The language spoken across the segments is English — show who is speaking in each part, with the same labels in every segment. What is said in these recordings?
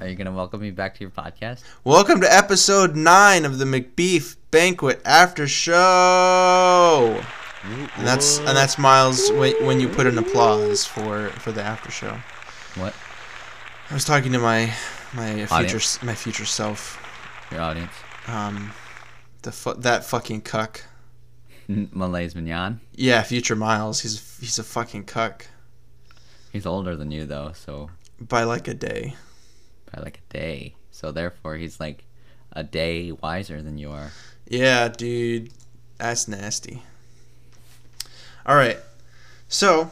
Speaker 1: Are you gonna welcome me back to your podcast?
Speaker 2: Welcome to episode nine of the McBeef Banquet After Show. And that's and that's Miles when, when you put an applause for for the after show.
Speaker 1: What?
Speaker 2: I was talking to my my future
Speaker 1: Audience.
Speaker 2: s- my future self.
Speaker 1: Your audience.
Speaker 2: Um, the fu- that fucking cuck.
Speaker 1: N- Malay's Mignon.
Speaker 2: Yeah, future Miles. He's he's a fucking cuck
Speaker 1: He's older than you though, so
Speaker 2: by like a day.
Speaker 1: by like a day. So therefore, he's like a day wiser than you are.
Speaker 2: Yeah, dude, that's nasty. All right, so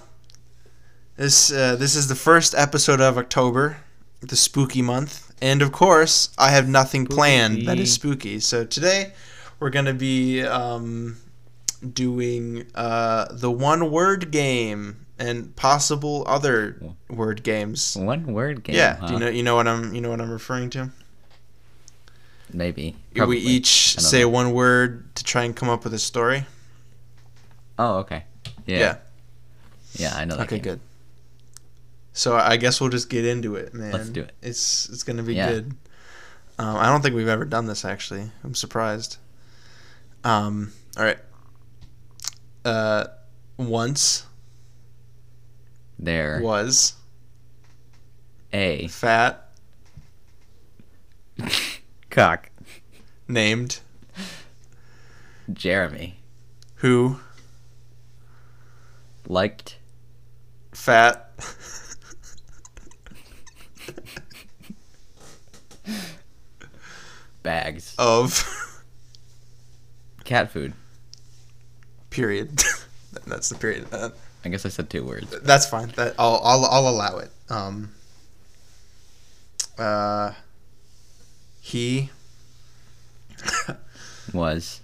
Speaker 2: this uh, this is the first episode of October, the spooky month, and of course, I have nothing planned that is spooky. So today, we're gonna be um, doing uh, the one word game and possible other word games.
Speaker 1: One word game.
Speaker 2: Yeah,
Speaker 1: huh?
Speaker 2: do you know you know what I'm you know what I'm referring to?
Speaker 1: Maybe.
Speaker 2: We each
Speaker 1: I don't
Speaker 2: say
Speaker 1: know.
Speaker 2: one word to try and come up with a story.
Speaker 1: Oh, okay. Yeah.
Speaker 2: Yeah.
Speaker 1: Yeah, I know that.
Speaker 2: Okay,
Speaker 1: game.
Speaker 2: good. So I guess we'll just get into it, man.
Speaker 1: Let's do it.
Speaker 2: It's it's gonna be
Speaker 1: Yeah.
Speaker 2: good. Um, I don't think we've ever done this actually. I'm surprised. Um. All right. Uh, once
Speaker 1: There.
Speaker 2: was
Speaker 1: A
Speaker 2: fat
Speaker 1: cock.
Speaker 2: named
Speaker 1: Jeremy
Speaker 2: who
Speaker 1: liked
Speaker 2: fat
Speaker 1: bags.
Speaker 2: of
Speaker 1: Cat food.
Speaker 2: period. That's the period. Uh,
Speaker 1: I guess I said two words.
Speaker 2: that's fine. That I'll I'll I'll allow it. Um. Uh. He
Speaker 1: Was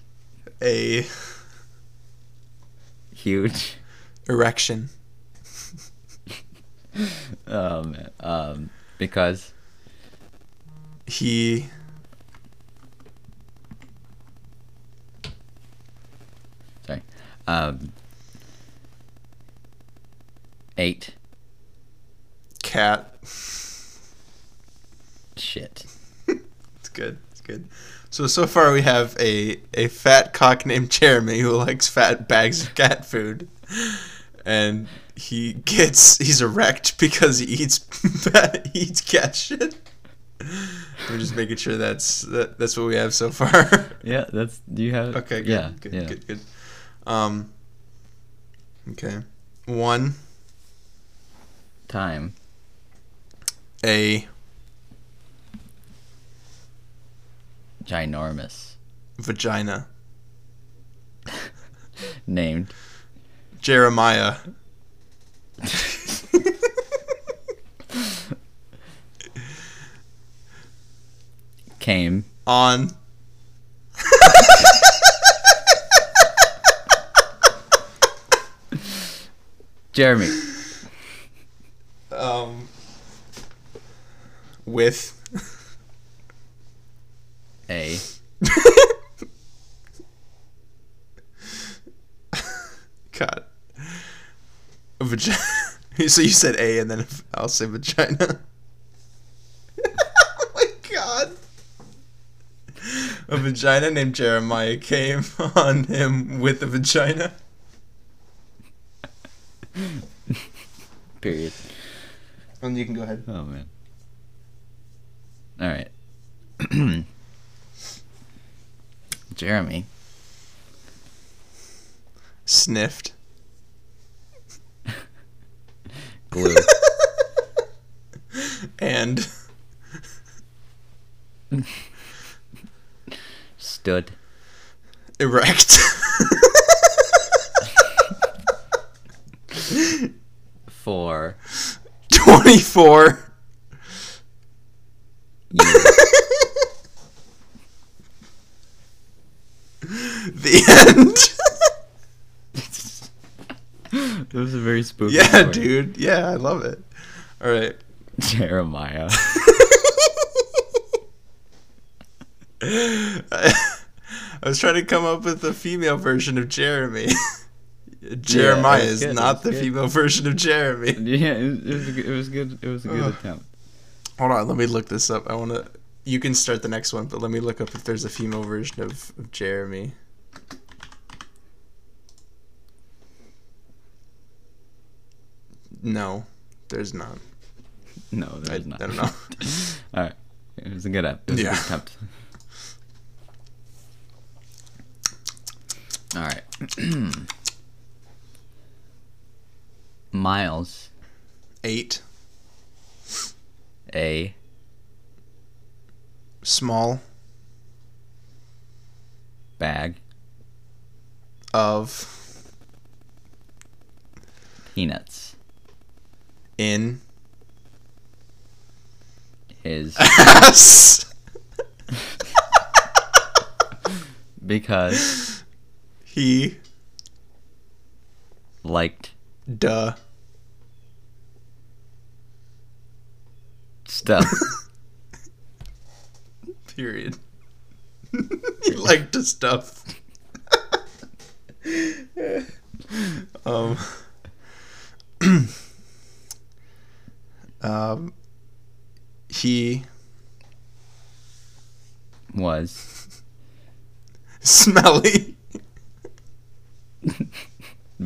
Speaker 2: a
Speaker 1: huge.
Speaker 2: erection
Speaker 1: Um, um, because
Speaker 2: he
Speaker 1: sorry. Um, eight
Speaker 2: cat
Speaker 1: shit.
Speaker 2: it's good it's good so so far we have a a fat cock named jeremy who likes fat bags of cat food and he gets he's erect because he eats he eats cat shit we're just making sure that's that, that's what we have so far
Speaker 1: Yeah, that's. Do you have?
Speaker 2: okay good
Speaker 1: yeah,
Speaker 2: good,
Speaker 1: yeah.
Speaker 2: good good um okay one
Speaker 1: Time
Speaker 2: a
Speaker 1: ginormous.
Speaker 2: vagina
Speaker 1: Named
Speaker 2: jeremiah
Speaker 1: came
Speaker 2: on
Speaker 1: Jeremy
Speaker 2: um, with
Speaker 1: a
Speaker 2: God, a vagina. so you said A, and then if- I'll say vagina. oh my God. A vagina named Jeremiah came on him with a vagina.
Speaker 1: period.
Speaker 2: And you can go ahead.
Speaker 1: Oh man. All right. Jeremy
Speaker 2: Sniffed.
Speaker 1: glue
Speaker 2: And
Speaker 1: stood
Speaker 2: erect.
Speaker 1: for
Speaker 2: 24
Speaker 1: you.
Speaker 2: the end
Speaker 1: That was a very spooky.
Speaker 2: yeah
Speaker 1: story.
Speaker 2: dude yeah i love it all right
Speaker 1: Jeremiah.
Speaker 2: I was trying to come up with a female version of Jeremy. Jeremiah
Speaker 1: that was
Speaker 2: is
Speaker 1: good, that
Speaker 2: not
Speaker 1: was
Speaker 2: the
Speaker 1: good.
Speaker 2: female version of Jeremy.
Speaker 1: yeah, it was, it was a good. It was a good. It was a good
Speaker 2: Ugh.
Speaker 1: attempt.
Speaker 2: Hold on, let me look this up. I want to. You can start the next one, but let me look up if there's a female version of, of Jeremy. No, there's not.
Speaker 1: No,
Speaker 2: I, I
Speaker 1: there's not.
Speaker 2: don't know.
Speaker 1: All right. It was a good up. It was a
Speaker 2: Yeah.
Speaker 1: good attempt. All right. Miles,
Speaker 2: Eight.
Speaker 1: a
Speaker 2: Small
Speaker 1: bag,
Speaker 2: of
Speaker 1: peanuts.
Speaker 2: in
Speaker 1: His
Speaker 2: ass.
Speaker 1: because
Speaker 2: He
Speaker 1: liked
Speaker 2: duh
Speaker 1: stuff.
Speaker 2: period. he liked to stuff. um, um, he
Speaker 1: was
Speaker 2: smelly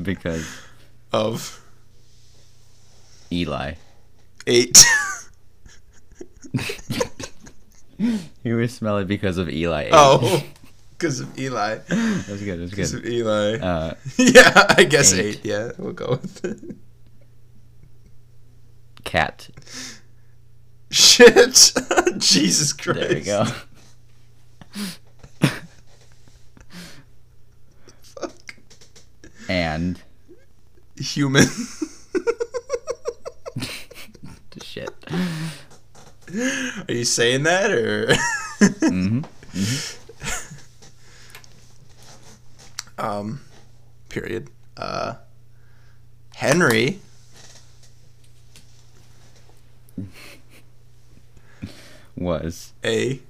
Speaker 1: because
Speaker 2: of
Speaker 1: Eli.
Speaker 2: eight.
Speaker 1: He was smelly because of Eli.
Speaker 2: oh, because of Eli.
Speaker 1: that was good. That was
Speaker 2: Because
Speaker 1: good.
Speaker 2: of Eli.
Speaker 1: Uh,
Speaker 2: yeah, I guess
Speaker 1: Eight.
Speaker 2: eight. Yeah, we'll go with it.
Speaker 1: cat.
Speaker 2: Shit. Jesus Christ.
Speaker 1: There we go.
Speaker 2: Fuck.
Speaker 1: And
Speaker 2: Human.
Speaker 1: shit.
Speaker 2: Are you saying that or?
Speaker 1: hmm
Speaker 2: um, period. Uh, Henry.
Speaker 1: Was
Speaker 2: A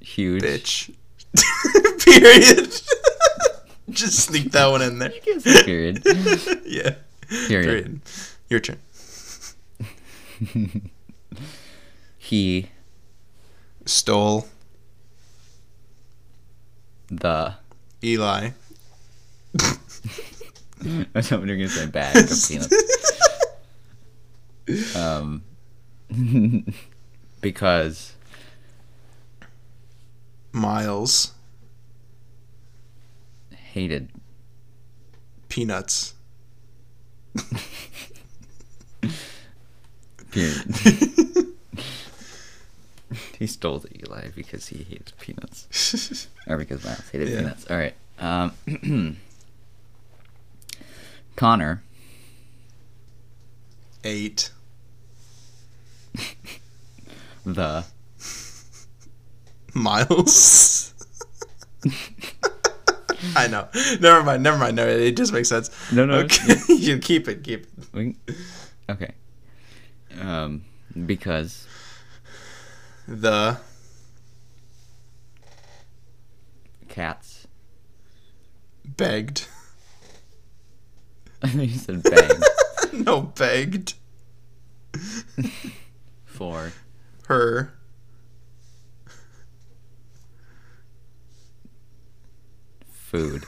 Speaker 1: huge.
Speaker 2: bitch. period. Just sneak that one in there.
Speaker 1: Gives a period.
Speaker 2: yeah.
Speaker 1: Period.
Speaker 2: Your turn.
Speaker 1: He
Speaker 2: Stole
Speaker 1: the.
Speaker 2: Eli.
Speaker 1: I was hoping you were gonna say bag of peanuts. Um, because
Speaker 2: Miles.
Speaker 1: hated
Speaker 2: Peanuts.
Speaker 1: period. he stole the Eli because he hates peanuts. Or because Miles hated
Speaker 2: Yeah.
Speaker 1: peanuts. All right. Um, Connor
Speaker 2: Eight.
Speaker 1: the
Speaker 2: Miles. I know. Never mind. Never mind. No, it just makes sense.
Speaker 1: no no
Speaker 2: Okay, you keep it. Keep it.
Speaker 1: we- okay um because
Speaker 2: The
Speaker 1: cats
Speaker 2: begged.
Speaker 1: you said bang
Speaker 2: no, begged
Speaker 1: for
Speaker 2: her
Speaker 1: food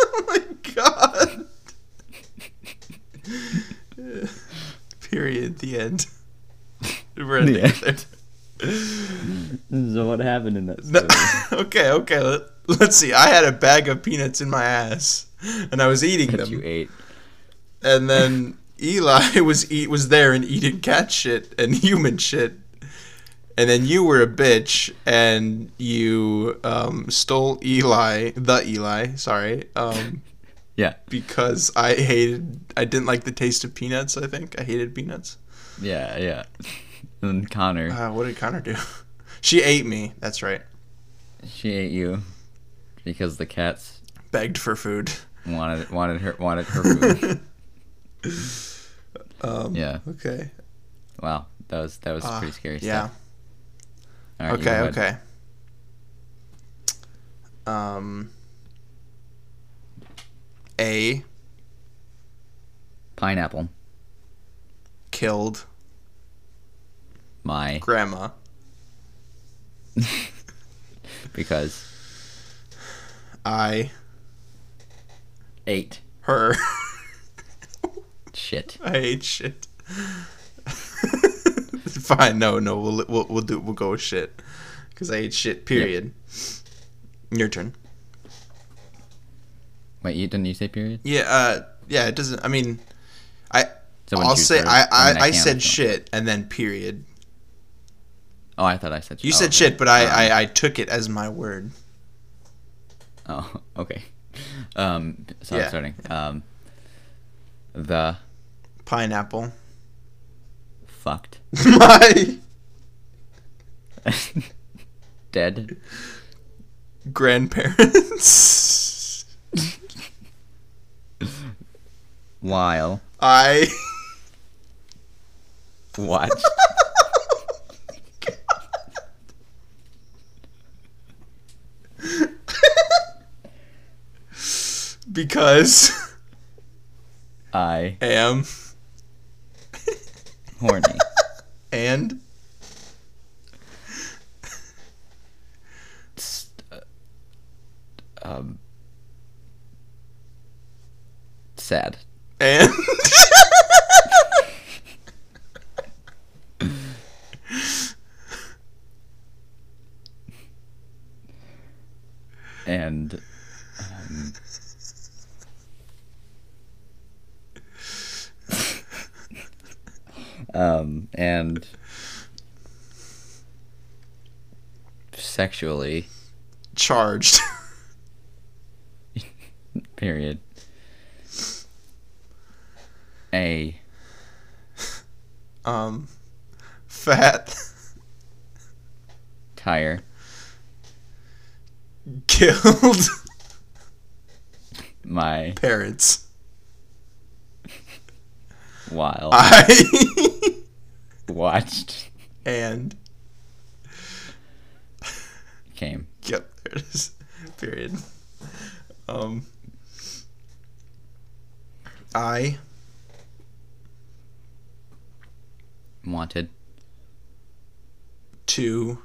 Speaker 2: oh my god. Period. The end. We're ending
Speaker 1: The
Speaker 2: it there.
Speaker 1: so what happened in that
Speaker 2: No- okay, okay. Let, let's see. I had a bag of peanuts in my ass, and I was eating
Speaker 1: that
Speaker 2: them.
Speaker 1: you ate
Speaker 2: And then Eli was eat was there and eating cat shit and human shit. And then you were a bitch and you um, stole Eli, the Eli, sorry, um,
Speaker 1: yeah
Speaker 2: because I hated, I didn't like the taste of peanuts. I think I hated peanuts.
Speaker 1: yeah yeah and then Connor
Speaker 2: Uh, what did Connor do? she ate me. That's right.
Speaker 1: she ate you because the cats
Speaker 2: Begged for food.
Speaker 1: wanted wanted her wanted her food
Speaker 2: Um,
Speaker 1: yeah
Speaker 2: Okay.
Speaker 1: wow that was that was
Speaker 2: Ah,
Speaker 1: pretty scary
Speaker 2: Yeah.
Speaker 1: stuff All right, you
Speaker 2: okay.
Speaker 1: go ahead.
Speaker 2: Okay. Um. A
Speaker 1: pineapple
Speaker 2: killed
Speaker 1: my
Speaker 2: Grandma.
Speaker 1: because
Speaker 2: I.
Speaker 1: eight
Speaker 2: Her.
Speaker 1: shit.
Speaker 2: I hate shit. Fine. No, no. We'll we'll, we'll do. We'll go with shit. Because I hate shit. Period. Your turn.
Speaker 1: Wait, you didn't you say period?
Speaker 2: Yeah. Uh. Yeah. It doesn't. I mean,
Speaker 1: So
Speaker 2: I'll say I I, I, said
Speaker 1: shit.
Speaker 2: shit and then period.
Speaker 1: Oh, I thought I said.
Speaker 2: You
Speaker 1: oh,
Speaker 2: said
Speaker 1: okay.
Speaker 2: shit, but I,
Speaker 1: Um,
Speaker 2: I I took it as my word.
Speaker 1: Oh, okay. Um, so
Speaker 2: Yeah.
Speaker 1: I'm starting. Um, the
Speaker 2: Pineapple.
Speaker 1: fucked
Speaker 2: my
Speaker 1: dead
Speaker 2: grandparents.
Speaker 1: while
Speaker 2: I.
Speaker 1: watched
Speaker 2: because
Speaker 1: I
Speaker 2: am
Speaker 1: horny
Speaker 2: and
Speaker 1: s- uh, um sad
Speaker 2: and
Speaker 1: and um, um and sexually
Speaker 2: charged.
Speaker 1: period a
Speaker 2: Um, fat
Speaker 1: tire
Speaker 2: killed
Speaker 1: my
Speaker 2: parents.
Speaker 1: while
Speaker 2: I
Speaker 1: watched
Speaker 2: and
Speaker 1: came
Speaker 2: yep, there it is. Period. Um, I
Speaker 1: wanted
Speaker 2: to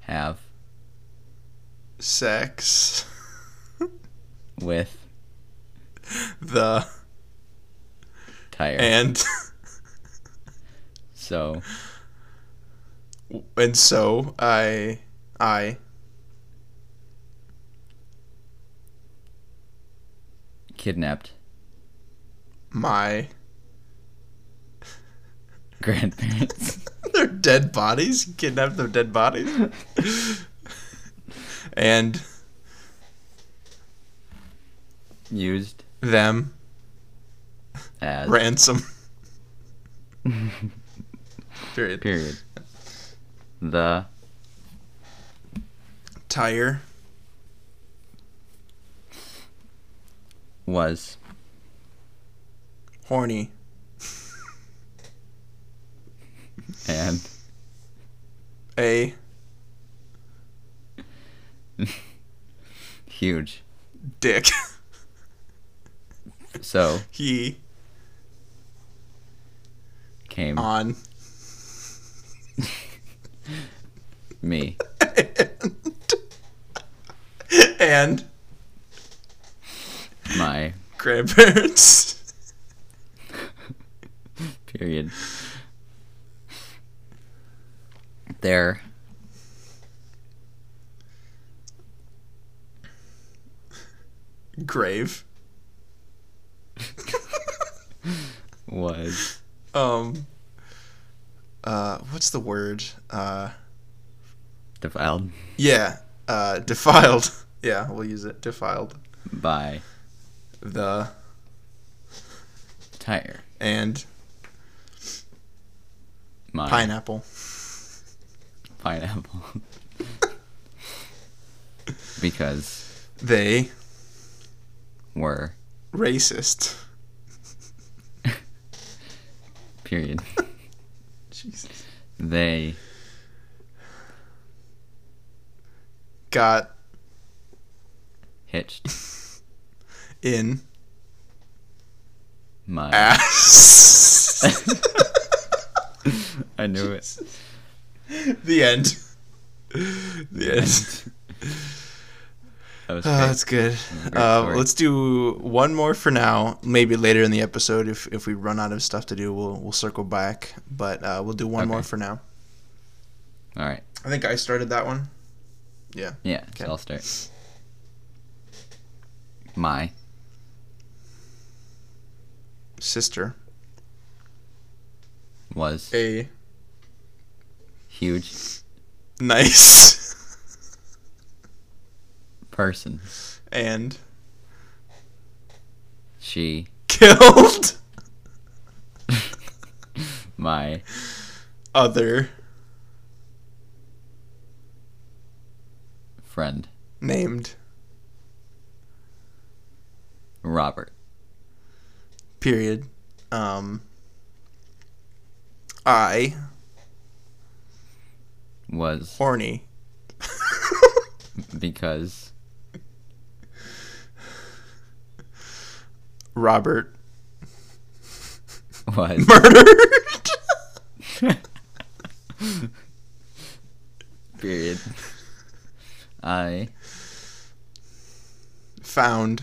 Speaker 1: have
Speaker 2: sex
Speaker 1: with
Speaker 2: the
Speaker 1: tire
Speaker 2: and
Speaker 1: so
Speaker 2: and so I I
Speaker 1: kidnapped
Speaker 2: my
Speaker 1: grandparents
Speaker 2: their dead bodies kidnapped their dead bodies and
Speaker 1: used
Speaker 2: them
Speaker 1: as
Speaker 2: ransom. Period.
Speaker 1: period the
Speaker 2: Tire
Speaker 1: was
Speaker 2: horny
Speaker 1: and
Speaker 2: a
Speaker 1: huge
Speaker 2: dick.
Speaker 1: so
Speaker 2: He
Speaker 1: came
Speaker 2: on
Speaker 1: me
Speaker 2: and
Speaker 1: my
Speaker 2: grandparents
Speaker 1: period their
Speaker 2: grave.
Speaker 1: was
Speaker 2: Um. Uh, what's the word? Uh,
Speaker 1: defiled
Speaker 2: yeah. Uh, defiled. Yeah, we'll use it. Defiled.
Speaker 1: by
Speaker 2: The
Speaker 1: tire
Speaker 2: and
Speaker 1: my
Speaker 2: pineapple.
Speaker 1: pineapple because
Speaker 2: They
Speaker 1: were
Speaker 2: racist.
Speaker 1: period
Speaker 2: Jesus.
Speaker 1: they
Speaker 2: Got
Speaker 1: hitched
Speaker 2: in
Speaker 1: my
Speaker 2: Ah. ass.
Speaker 1: I knew it.
Speaker 2: The end. The end.
Speaker 1: That was
Speaker 2: Oh,
Speaker 1: great.
Speaker 2: that's good.
Speaker 1: a great
Speaker 2: Uh,
Speaker 1: story.
Speaker 2: let's do one more for now. Maybe later in the episode, if, if we run out of stuff to do, we'll we'll circle back. But uh, we'll do one more
Speaker 1: Okay.
Speaker 2: for now.
Speaker 1: All right.
Speaker 2: I think I started that one.
Speaker 1: Yeah,
Speaker 2: Okay.
Speaker 1: so I'll start. My
Speaker 2: Sister,
Speaker 1: was
Speaker 2: a
Speaker 1: huge
Speaker 2: nice
Speaker 1: person.
Speaker 2: and
Speaker 1: She
Speaker 2: killed
Speaker 1: my
Speaker 2: other
Speaker 1: friend
Speaker 2: named
Speaker 1: Robert.
Speaker 2: period. Um, I
Speaker 1: was
Speaker 2: horny
Speaker 1: because
Speaker 2: Robert
Speaker 1: was
Speaker 2: murdered
Speaker 1: period. I
Speaker 2: found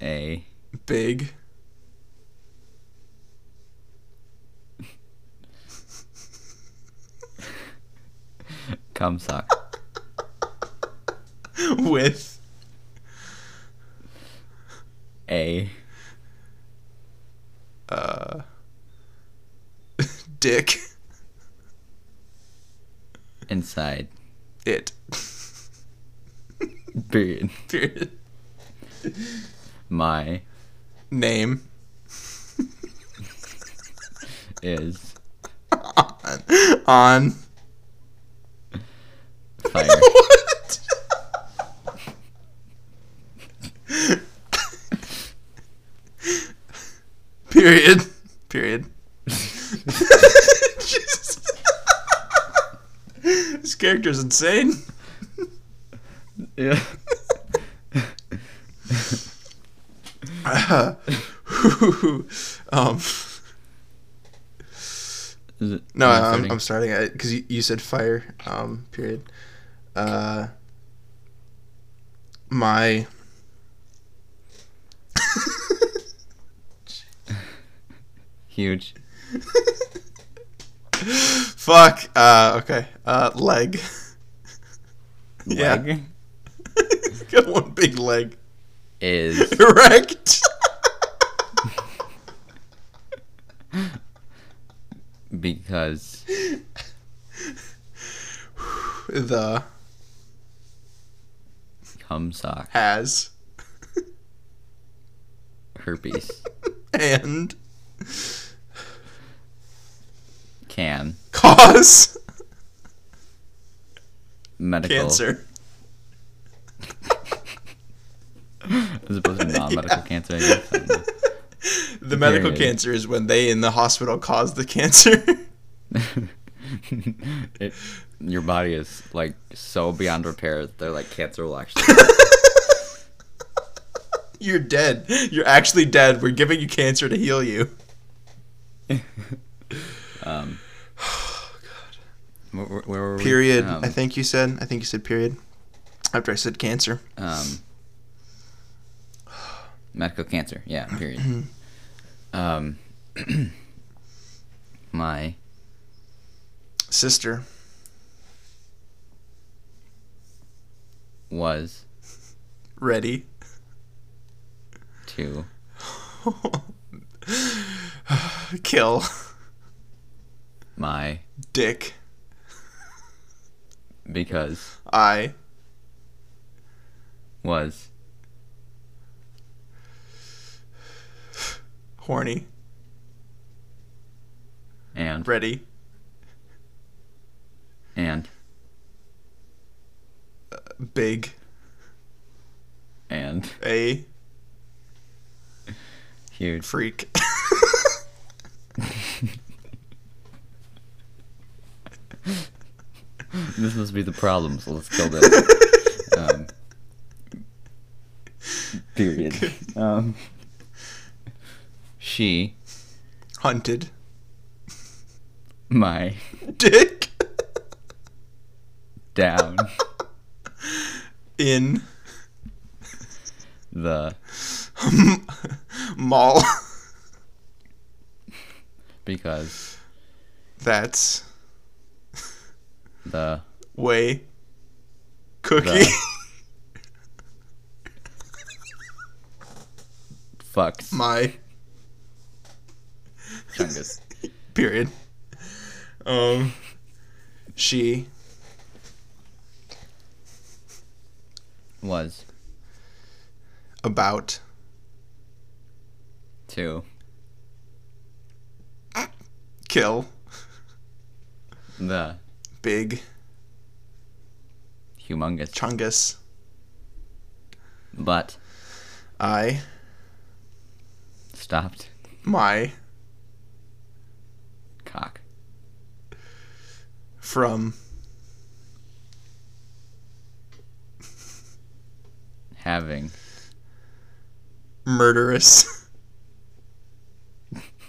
Speaker 1: a
Speaker 2: big
Speaker 1: cum sock
Speaker 2: with
Speaker 1: a
Speaker 2: uh dick
Speaker 1: inside
Speaker 2: it
Speaker 1: period.
Speaker 2: period
Speaker 1: My
Speaker 2: name
Speaker 1: is
Speaker 2: on
Speaker 1: fire.
Speaker 2: what period period Jesus. this character's insane
Speaker 1: yeah.
Speaker 2: um
Speaker 1: Is it, am
Speaker 2: No,
Speaker 1: I
Speaker 2: I'm,
Speaker 1: starting?
Speaker 2: I'm starting it because you, you said fire. Um, period. Uh, my.
Speaker 1: huge
Speaker 2: Fuck. Uh, okay. Uh, leg. Yeah.
Speaker 1: leg
Speaker 2: Got one big leg.
Speaker 1: is
Speaker 2: Erect.
Speaker 1: because
Speaker 2: the
Speaker 1: cum sock
Speaker 2: has
Speaker 1: herpes
Speaker 2: and
Speaker 1: can
Speaker 2: cause
Speaker 1: medical
Speaker 2: cancer.
Speaker 1: as opposed to non-medical cancer. I guess. I don't know.
Speaker 2: The medical
Speaker 1: Period.
Speaker 2: cancer is when they in the hospital cause the cancer.
Speaker 1: it, your body is like so beyond repair. that They're like cancer will actually.
Speaker 2: You're dead. You're actually dead. We're giving you cancer to heal you.
Speaker 1: Um, where, where were we?
Speaker 2: Period.
Speaker 1: Um,
Speaker 2: I think you said. I think you said period. After I said cancer.
Speaker 1: um, medical cancer. Yeah. Period. um, my
Speaker 2: Sister
Speaker 1: was
Speaker 2: ready
Speaker 1: to
Speaker 2: kill
Speaker 1: my
Speaker 2: dick.
Speaker 1: because
Speaker 2: I
Speaker 1: was
Speaker 2: horny
Speaker 1: and
Speaker 2: ready
Speaker 1: and
Speaker 2: big
Speaker 1: and
Speaker 2: a
Speaker 1: huge
Speaker 2: freak.
Speaker 1: This must be the problem, so let's kill this. um, period. Um, she
Speaker 2: Hunted
Speaker 1: my
Speaker 2: Dick
Speaker 1: down
Speaker 2: in
Speaker 1: the
Speaker 2: mall.
Speaker 1: because
Speaker 2: That's
Speaker 1: the
Speaker 2: way cookie.
Speaker 1: fucks
Speaker 2: My
Speaker 1: chungus.
Speaker 2: period. Um, she
Speaker 1: was
Speaker 2: about
Speaker 1: to
Speaker 2: kill
Speaker 1: the
Speaker 2: big
Speaker 1: humongous
Speaker 2: chungus.
Speaker 1: but
Speaker 2: I
Speaker 1: stopped
Speaker 2: my
Speaker 1: cock
Speaker 2: from
Speaker 1: having
Speaker 2: murderous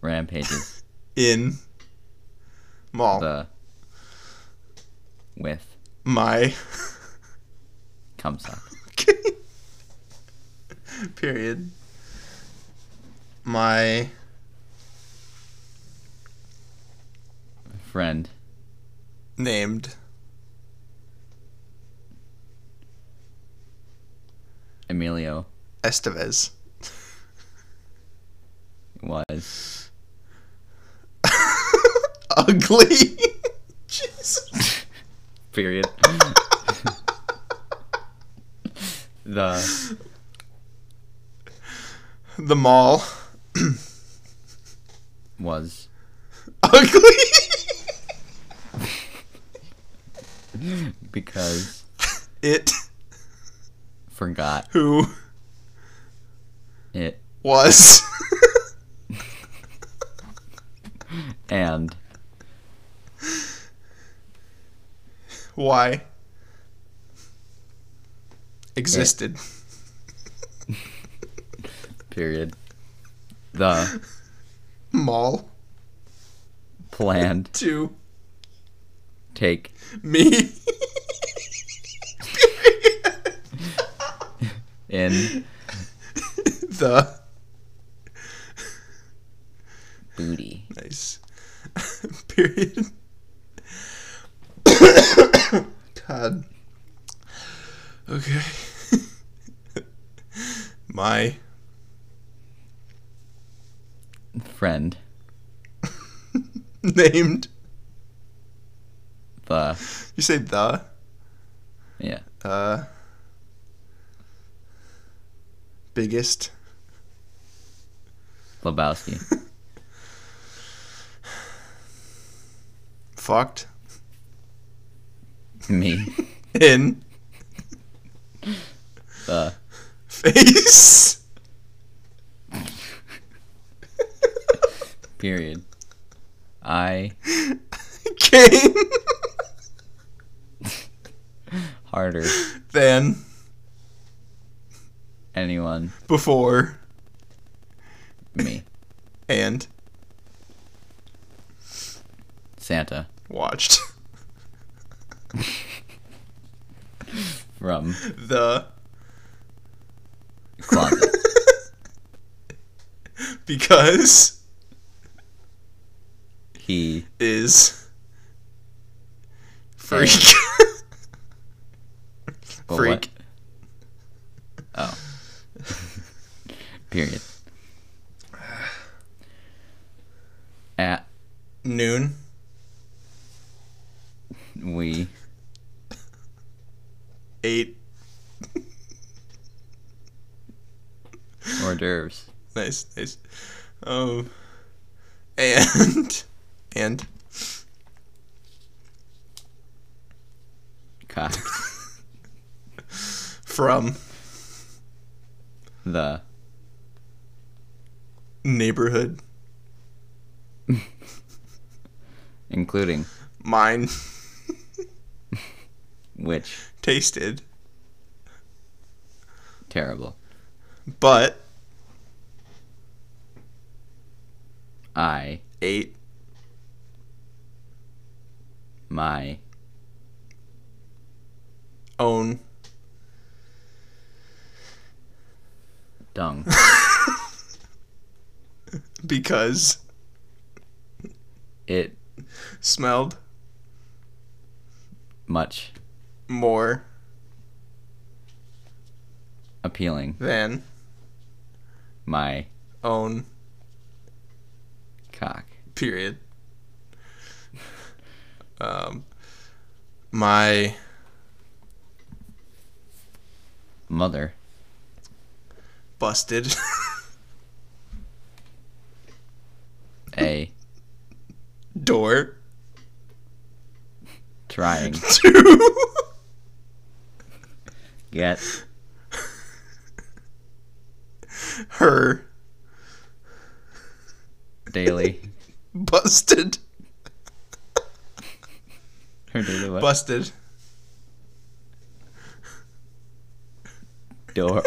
Speaker 1: rampages
Speaker 2: in mall.
Speaker 1: the with
Speaker 2: my
Speaker 1: cum suck
Speaker 2: period. My
Speaker 1: friend
Speaker 2: named
Speaker 1: Emilio
Speaker 2: Estevez.
Speaker 1: was
Speaker 2: Ugly. Jesus.
Speaker 1: period the
Speaker 2: The mall.
Speaker 1: was
Speaker 2: Ugly.
Speaker 1: because
Speaker 2: it
Speaker 1: forgot
Speaker 2: who
Speaker 1: it
Speaker 2: was
Speaker 1: and
Speaker 2: why existed
Speaker 1: period the
Speaker 2: mall
Speaker 1: planned
Speaker 2: to
Speaker 1: take
Speaker 2: me
Speaker 1: in
Speaker 2: the
Speaker 1: booty
Speaker 2: Nice. Period. God. Okay. My
Speaker 1: friend
Speaker 2: named.
Speaker 1: the
Speaker 2: You say the.
Speaker 1: yeah
Speaker 2: Uh. Biggest.
Speaker 1: Lebowski
Speaker 2: Fucked.
Speaker 1: me
Speaker 2: In.
Speaker 1: the
Speaker 2: Face.
Speaker 1: period I
Speaker 2: Came.
Speaker 1: harder
Speaker 2: Than.
Speaker 1: anyone
Speaker 2: Before.
Speaker 1: me
Speaker 2: And.
Speaker 1: Santa
Speaker 2: Watched.
Speaker 1: from
Speaker 2: The.
Speaker 1: closet
Speaker 2: Because.
Speaker 1: he
Speaker 2: is freak.
Speaker 1: but
Speaker 2: Freak.
Speaker 1: what- Oh. Period. At
Speaker 2: Noon.
Speaker 1: we
Speaker 2: Eight.
Speaker 1: hors d'oeuvres
Speaker 2: Nice, nice. Um, and and
Speaker 1: cocked
Speaker 2: from
Speaker 1: the
Speaker 2: neighborhood
Speaker 1: including
Speaker 2: mine
Speaker 1: which
Speaker 2: tasted,
Speaker 1: terrible
Speaker 2: but
Speaker 1: I
Speaker 2: ate
Speaker 1: my
Speaker 2: Own.
Speaker 1: dung.
Speaker 2: Because.
Speaker 1: it
Speaker 2: Smelled.
Speaker 1: much
Speaker 2: More.
Speaker 1: appealing
Speaker 2: Than.
Speaker 1: my
Speaker 2: Own.
Speaker 1: cock.
Speaker 2: Period. Um. My.
Speaker 1: Mother
Speaker 2: Busted.
Speaker 1: a
Speaker 2: Door.
Speaker 1: trying
Speaker 2: To.
Speaker 1: get
Speaker 2: Her.
Speaker 1: daily
Speaker 2: Busted.
Speaker 1: her daily what?
Speaker 2: Busted.
Speaker 1: door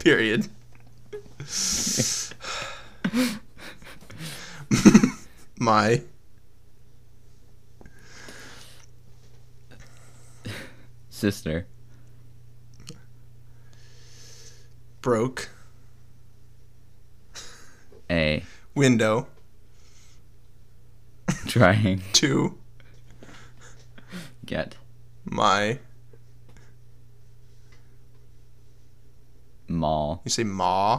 Speaker 2: Period. My
Speaker 1: sister
Speaker 2: broke
Speaker 1: a
Speaker 2: window
Speaker 1: trying
Speaker 2: to
Speaker 1: get
Speaker 2: my
Speaker 1: mall
Speaker 2: you say ma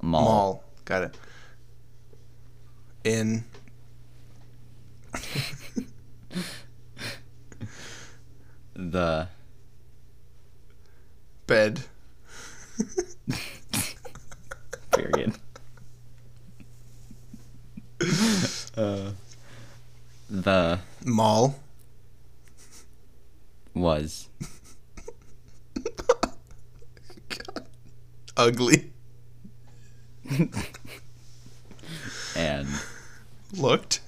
Speaker 1: mall,
Speaker 2: mall got it in
Speaker 1: the
Speaker 2: bed
Speaker 1: period. uh, the
Speaker 2: mall
Speaker 1: was
Speaker 2: ugly
Speaker 1: and
Speaker 2: looked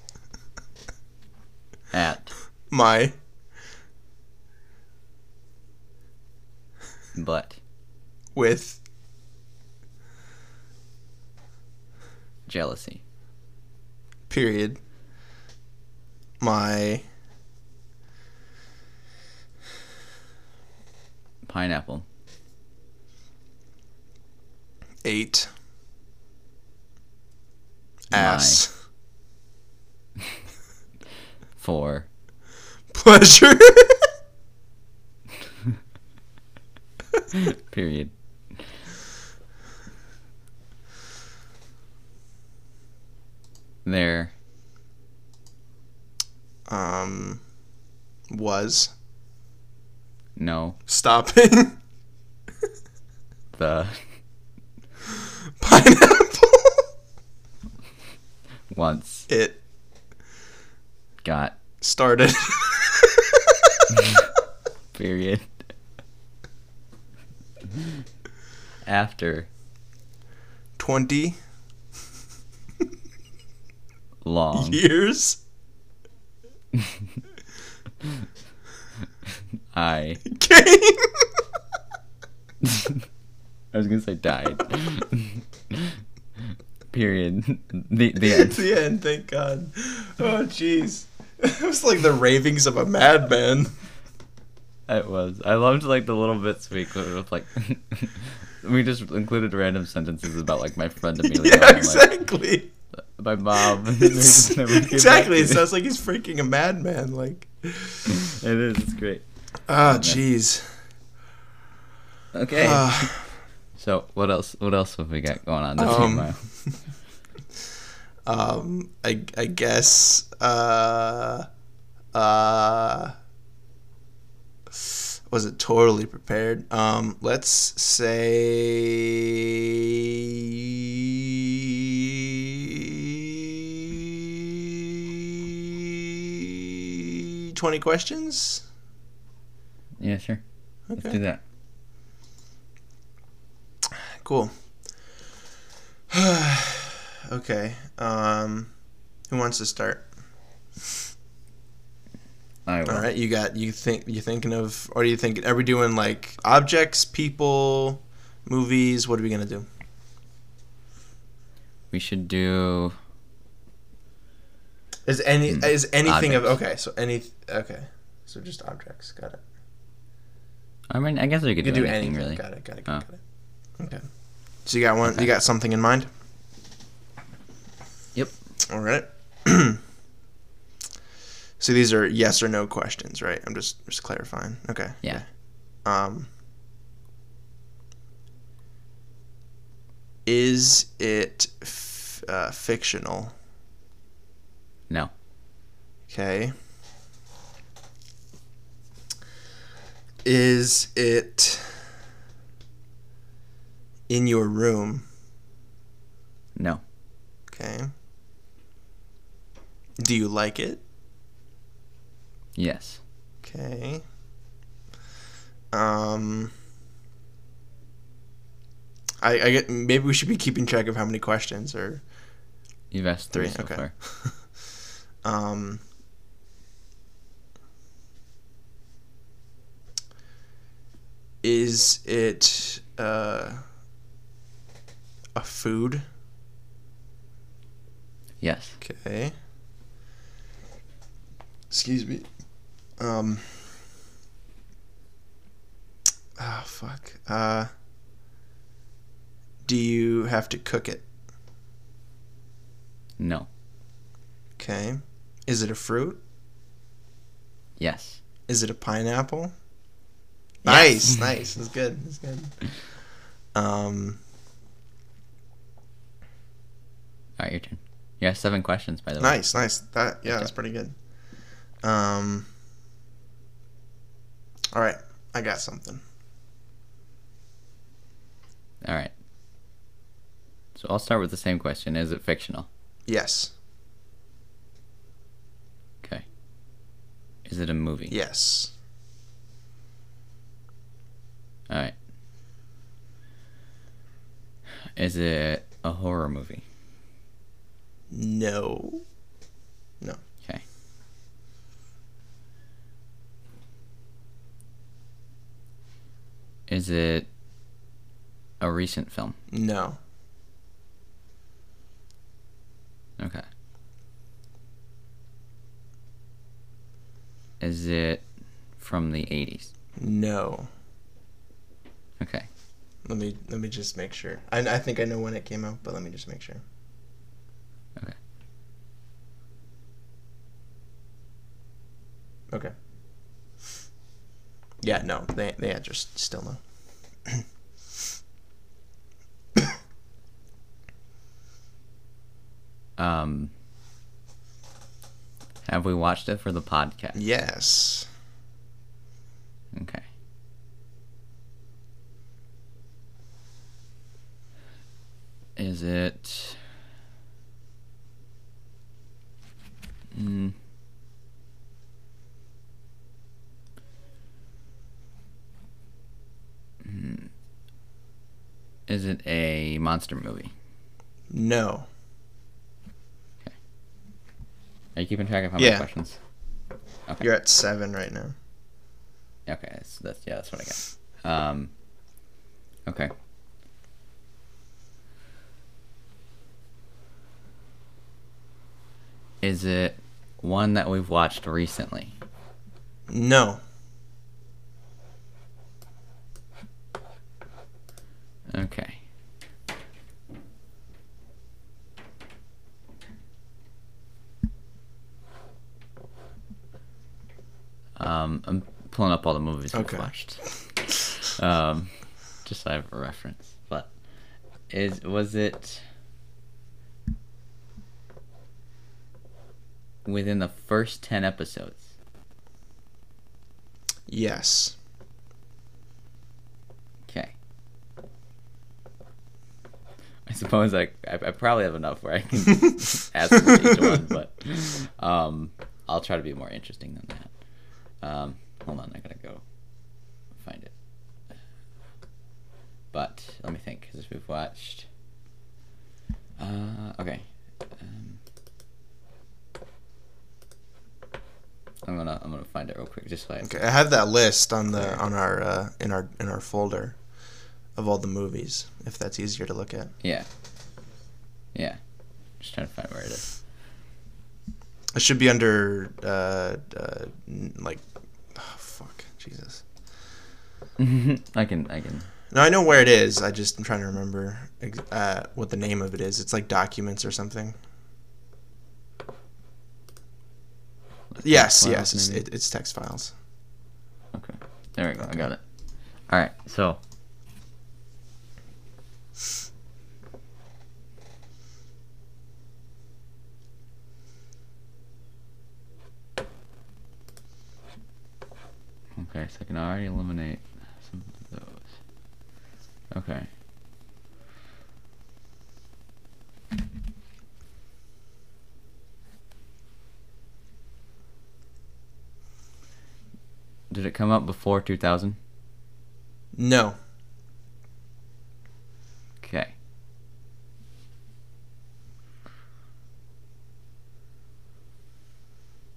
Speaker 1: at
Speaker 2: my
Speaker 1: but
Speaker 2: with
Speaker 1: jealousy
Speaker 2: period my
Speaker 1: pineapple
Speaker 2: eight ass
Speaker 1: for
Speaker 2: pleasure
Speaker 1: period there
Speaker 2: um was
Speaker 1: no
Speaker 2: stopping
Speaker 1: the
Speaker 2: pineapple
Speaker 1: once
Speaker 2: it
Speaker 1: got
Speaker 2: started
Speaker 1: period after
Speaker 2: 20
Speaker 1: long
Speaker 2: years
Speaker 1: I
Speaker 2: game
Speaker 1: I was gonna say died. Period. The the end.
Speaker 2: the end thank god oh jeez it was like the ravings of a madman
Speaker 1: It was. I loved like the little bits we included with like we just included random sentences about like my friend Amelia.
Speaker 2: yeah
Speaker 1: and, like,
Speaker 2: exactly
Speaker 1: my mom. They
Speaker 2: It's-
Speaker 1: just never came back
Speaker 2: exactly
Speaker 1: to
Speaker 2: it
Speaker 1: me.
Speaker 2: sounds like he's freaking a madman like
Speaker 1: It is. It's great.
Speaker 2: oh jeez
Speaker 1: Okay.
Speaker 2: Uh,
Speaker 1: so what else? What else have we got going on this
Speaker 2: Um,
Speaker 1: year, Maya?
Speaker 2: um i i guess uh uh wasn't totally prepared. Um, let's say twenty questions.
Speaker 1: Yeah, sure. Let's
Speaker 2: Okay.
Speaker 1: do that.
Speaker 2: Cool. okay. Um, who wants to start?
Speaker 1: I will.
Speaker 2: All right, you got you think you thinking of or do you think are we doing like objects, people, movies? What are we gonna do?
Speaker 1: We should do
Speaker 2: Is any
Speaker 1: Hmm.
Speaker 2: is anything of
Speaker 1: Objects.
Speaker 2: okay? So any okay? So just objects. Got it.
Speaker 1: I mean, I guess we could
Speaker 2: You can
Speaker 1: do,
Speaker 2: do
Speaker 1: anything,
Speaker 2: anything.
Speaker 1: really.
Speaker 2: Got it. Got it.
Speaker 1: Oh.
Speaker 2: Got it. Okay. So you got one. You got something in mind.
Speaker 1: Yep.
Speaker 2: All right. so these are yes or no questions, right? I'm just just clarifying. Okay.
Speaker 1: Yeah.
Speaker 2: Um. Is it f- uh, fictional?
Speaker 1: No.
Speaker 2: Okay. Is it in your room?
Speaker 1: No.
Speaker 2: Okay. Do you like it?
Speaker 1: Yes.
Speaker 2: Okay. Um. I, I get maybe we should be keeping track of how many questions or
Speaker 1: You've asked three,
Speaker 2: Three,
Speaker 1: so
Speaker 2: okay.
Speaker 1: far.
Speaker 2: um is it uh a food
Speaker 1: Yes.
Speaker 2: Okay. Excuse me. Um. Ah, fuck. Uh. Do you have to cook it?
Speaker 1: No.
Speaker 2: Okay. Is it a fruit?
Speaker 1: Yes.
Speaker 2: Is it a pineapple?
Speaker 1: Yes.
Speaker 2: Nice, nice. That's good. That's good. Um.
Speaker 1: All right, your turn. You asked seven questions, by the way.
Speaker 2: Nice, nice. That yeah, that's pretty good. Um. All right, I got something.
Speaker 1: All right. So I'll start with the same question. Is it fictional?
Speaker 2: Yes.
Speaker 1: Okay. Is it a movie?
Speaker 2: Yes.
Speaker 1: All right. Is it a horror movie?
Speaker 2: No.
Speaker 1: Okay. Is it a recent film?
Speaker 2: No.
Speaker 1: Okay. Is it from the 80s?
Speaker 2: No.
Speaker 1: Okay.
Speaker 2: Let me let me just make sure. I I think I know when it came out, but let me just make sure.
Speaker 1: Okay.
Speaker 2: Okay. Yeah, no. They the answer's still no.
Speaker 1: Um Have we watched it for the podcast?
Speaker 2: Yes.
Speaker 1: Okay. Is it Mm. Mm. Is it a monster movie?
Speaker 2: No.
Speaker 1: Are you keeping track of how
Speaker 2: Yeah.
Speaker 1: many questions?
Speaker 2: You're at seven right now.
Speaker 1: Okay, that's, that's yeah, that's what I got. Um, okay. Is it one that we've watched recently?
Speaker 2: No.
Speaker 1: Okay. Um, I'm pulling up all the movies
Speaker 2: Okay.
Speaker 1: we've watched, um, just so I have a reference. But is was it within the first ten episodes?
Speaker 2: Yes.
Speaker 1: Okay. I suppose I, I, I probably have enough where I can ask about each one, but um, I'll try to be more interesting than that. Um, hold on, I gotta go find it. But let me think, because we've watched. Uh, okay. Um, I'm gonna I'm gonna find it real quick, just so I
Speaker 2: Okay. I have that list on the on our uh, in our in our folder of all the movies, if that's easier to look at.
Speaker 1: Yeah. Yeah. Just trying to find where it is.
Speaker 2: It should be under uh, uh n- like oh, fuck Jesus.
Speaker 1: I can I can
Speaker 2: No, I know where it is. I just am trying to remember ex- uh, what the name of it is. It's like documents or something. Yes,
Speaker 1: files,
Speaker 2: yes, it's,
Speaker 1: maybe?
Speaker 2: it, it's text files.
Speaker 1: okay. There we go. I got it. All right. So Okay, so I can already eliminate some of those. Okay. Did it come up before 2000?
Speaker 2: No,
Speaker 1: Okay.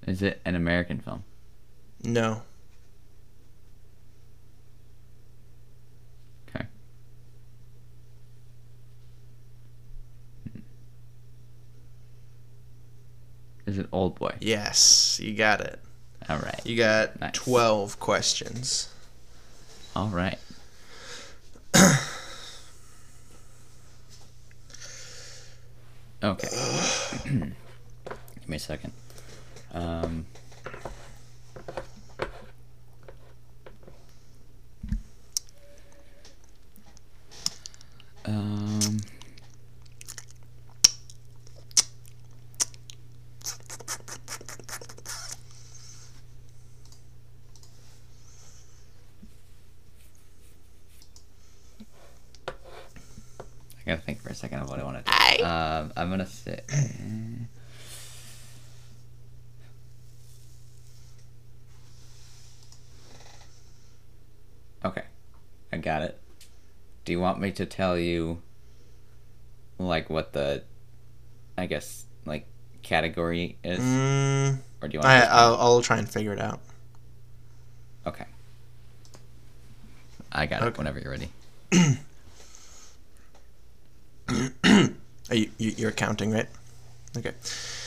Speaker 1: Is it an American film?
Speaker 2: no.
Speaker 1: Okay. Hmm. Is it Old Boy?
Speaker 2: Yes, you got it.
Speaker 1: All right.
Speaker 2: You got
Speaker 1: Nice.
Speaker 2: 12 questions.
Speaker 1: All right. okay. Give me a second. Um, um, I gotta think for a second of what I want to do. Um, I'm gonna say. Okay, I got it. Do you want me to tell you, like, what the, I guess, like, category is,
Speaker 2: Mm,
Speaker 1: or do you want?
Speaker 2: I, I'll, I'll try and figure it out.
Speaker 1: Okay. I got it.
Speaker 2: Okay.
Speaker 1: Whenever you're ready.
Speaker 2: Are you, you, you're counting, right? Okay.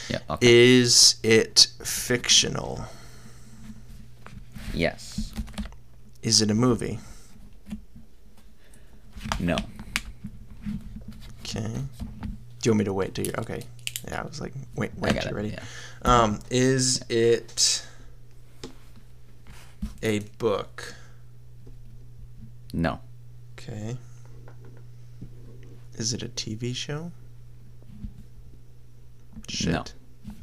Speaker 1: Yeah. Okay.
Speaker 2: Is it fictional?
Speaker 1: yes.
Speaker 2: Is it a movie?
Speaker 1: No.
Speaker 2: Okay. Do you want me to wait till you're okay? Yeah, I was like, wait,
Speaker 1: I
Speaker 2: wait,
Speaker 1: got
Speaker 2: you
Speaker 1: it.
Speaker 2: ready?
Speaker 1: Yeah.
Speaker 2: Um, is it a book?
Speaker 1: No.
Speaker 2: Okay. Is it a TV show? Shit.
Speaker 1: No.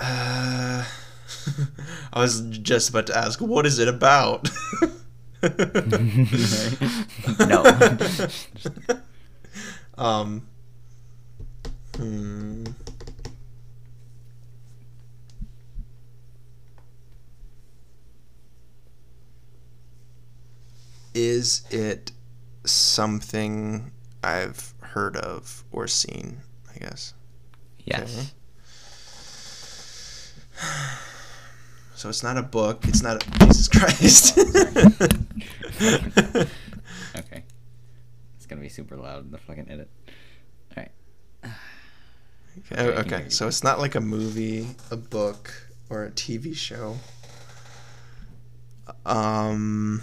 Speaker 2: Uh, I was just about to ask, what is it about?
Speaker 1: no.
Speaker 2: um. Hmm. Is it something I've heard of or seen? I guess.
Speaker 1: Yes.
Speaker 2: Okay. So it's not a book. It's not a Jesus Christ.
Speaker 1: Okay. It's gonna be super loud in the fucking edit. Alright.
Speaker 2: Oh,
Speaker 1: I can hear
Speaker 2: okay,
Speaker 1: you.
Speaker 2: so it's not like a movie, a book, or a TV show. Um,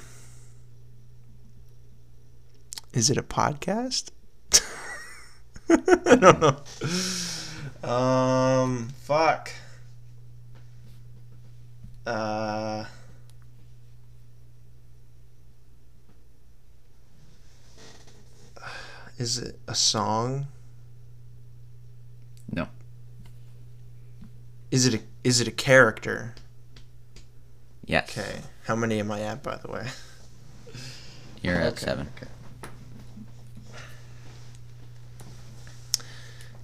Speaker 2: is it a podcast? I don't know. Um, fuck. Uh. Is it a song?
Speaker 1: No.
Speaker 2: Is it a, is it a character?
Speaker 1: Yes.
Speaker 2: Okay. How many am I at, by the way?
Speaker 1: You're at
Speaker 2: Okay,
Speaker 1: seven.
Speaker 2: okay.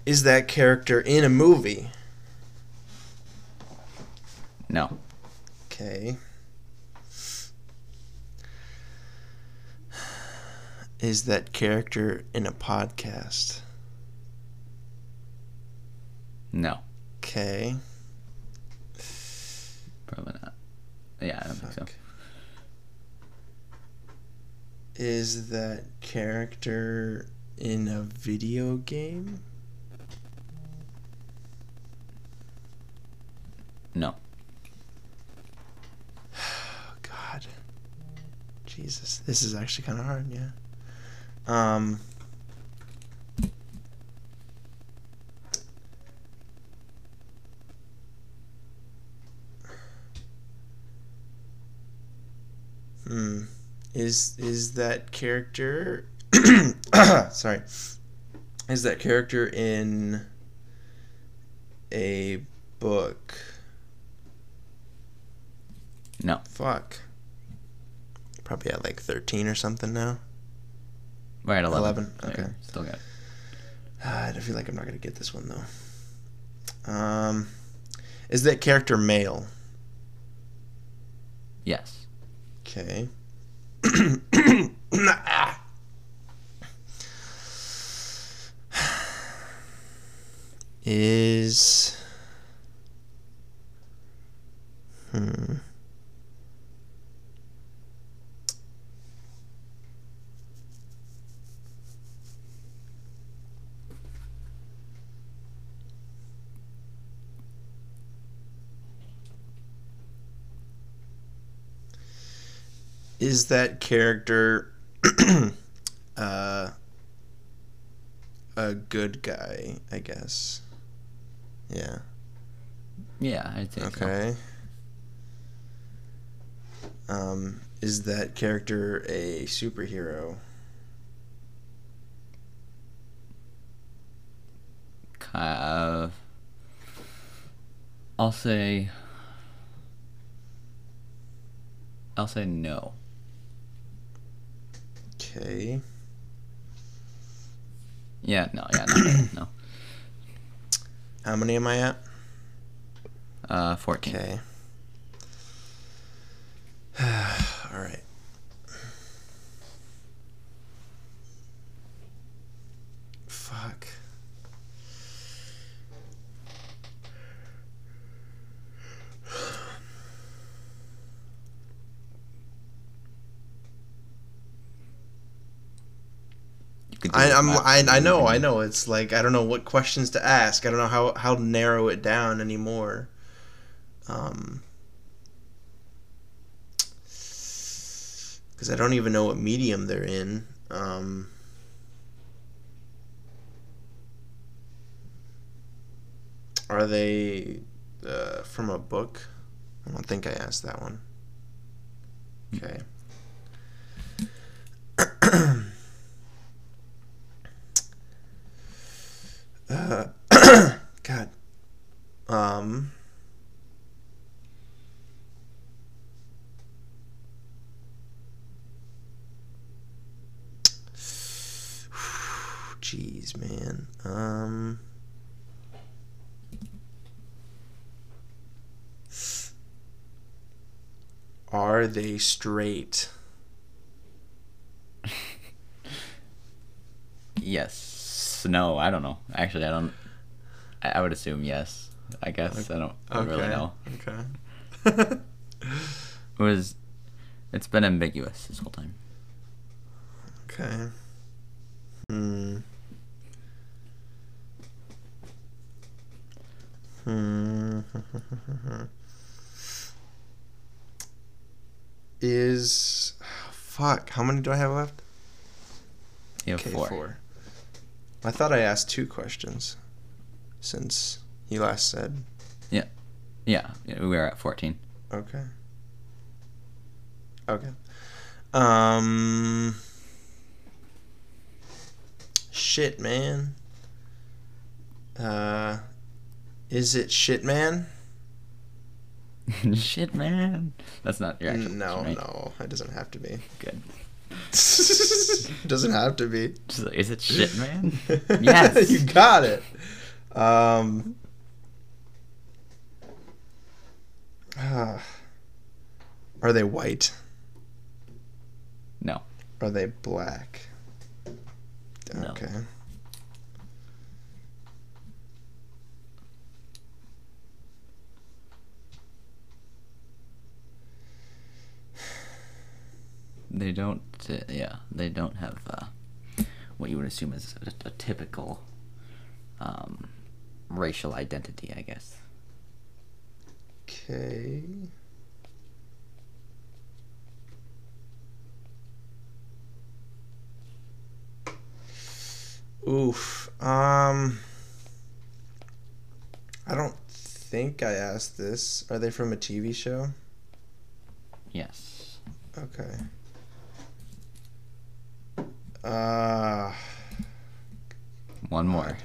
Speaker 2: Is that character in a movie?
Speaker 1: No.
Speaker 2: Okay. Is that character in a podcast?
Speaker 1: No.
Speaker 2: Okay.
Speaker 1: Probably not. Yeah, I don't think
Speaker 2: Fuck.
Speaker 1: so.
Speaker 2: Is that character in a video game?
Speaker 1: No.
Speaker 2: Oh God. Jesus, this is actually kind of hard. Yeah. Um. Hmm. Is is that character? sorry. Is that character in a book?
Speaker 1: No.
Speaker 2: Fuck. Probably at like thirteen or something now.
Speaker 1: We're at 11.
Speaker 2: 11,
Speaker 1: So
Speaker 2: okay.
Speaker 1: you're Still got it.
Speaker 2: Ah, I feel like I'm not gonna get this one though. Um, is that character male?
Speaker 1: Yes.
Speaker 2: Okay. Is hmm. is that character uh, a good guy i guess yeah
Speaker 1: Yeah, I'd say so.
Speaker 2: okay um, is that character a superhero
Speaker 1: Ki- Uh, I'll say. I'll say no.
Speaker 2: okay
Speaker 1: Yeah, no, yeah, no, no.
Speaker 2: how many am i at
Speaker 1: Uh, 14.
Speaker 2: okay all right fuck
Speaker 1: You could do
Speaker 2: I,
Speaker 1: this
Speaker 2: I'm,
Speaker 1: last
Speaker 2: I, I
Speaker 1: one.
Speaker 2: know, I know. It's like I don't know what questions to ask. I don't know how how narrow it down anymore. Um, because I don't even know what medium they're in. Um. Are they uh, from a book? I don't think I asked that one. Okay. Uh, God. Um. Jeez, man. Um. Are they straight?
Speaker 1: Yes. No, I don't know. Actually, I don't. I, I would assume yes. I guess. I don't I don't really know.
Speaker 2: Okay.
Speaker 1: It was. It's been ambiguous this whole time.
Speaker 2: Okay. Hmm. Hmm. Is fuck? How many do I have left?
Speaker 1: You have four.
Speaker 2: I thought I asked two questions, since you last said
Speaker 1: Yeah, yeah, we are at 14.
Speaker 2: okay. Okay. Um. Shit, man. Uh, is it shit, man?
Speaker 1: Shit, man. That's not your actual
Speaker 2: no,
Speaker 1: question, right?
Speaker 2: no, it doesn't have to be.
Speaker 1: Good.
Speaker 2: doesn't have to be.
Speaker 1: Just like, is it shit, man? Yes.
Speaker 2: you got it. Um. ah. are they white?
Speaker 1: No.
Speaker 2: Are they black?
Speaker 1: No.
Speaker 2: Okay.
Speaker 1: They don't. Uh, yeah, they don't have uh, what you would assume is a, a typical um, racial identity, I guess.
Speaker 2: Okay. Oof. Um. I don't think I asked this. Are they from a TV show?
Speaker 1: Yes.
Speaker 2: Okay. Uh,
Speaker 1: One more.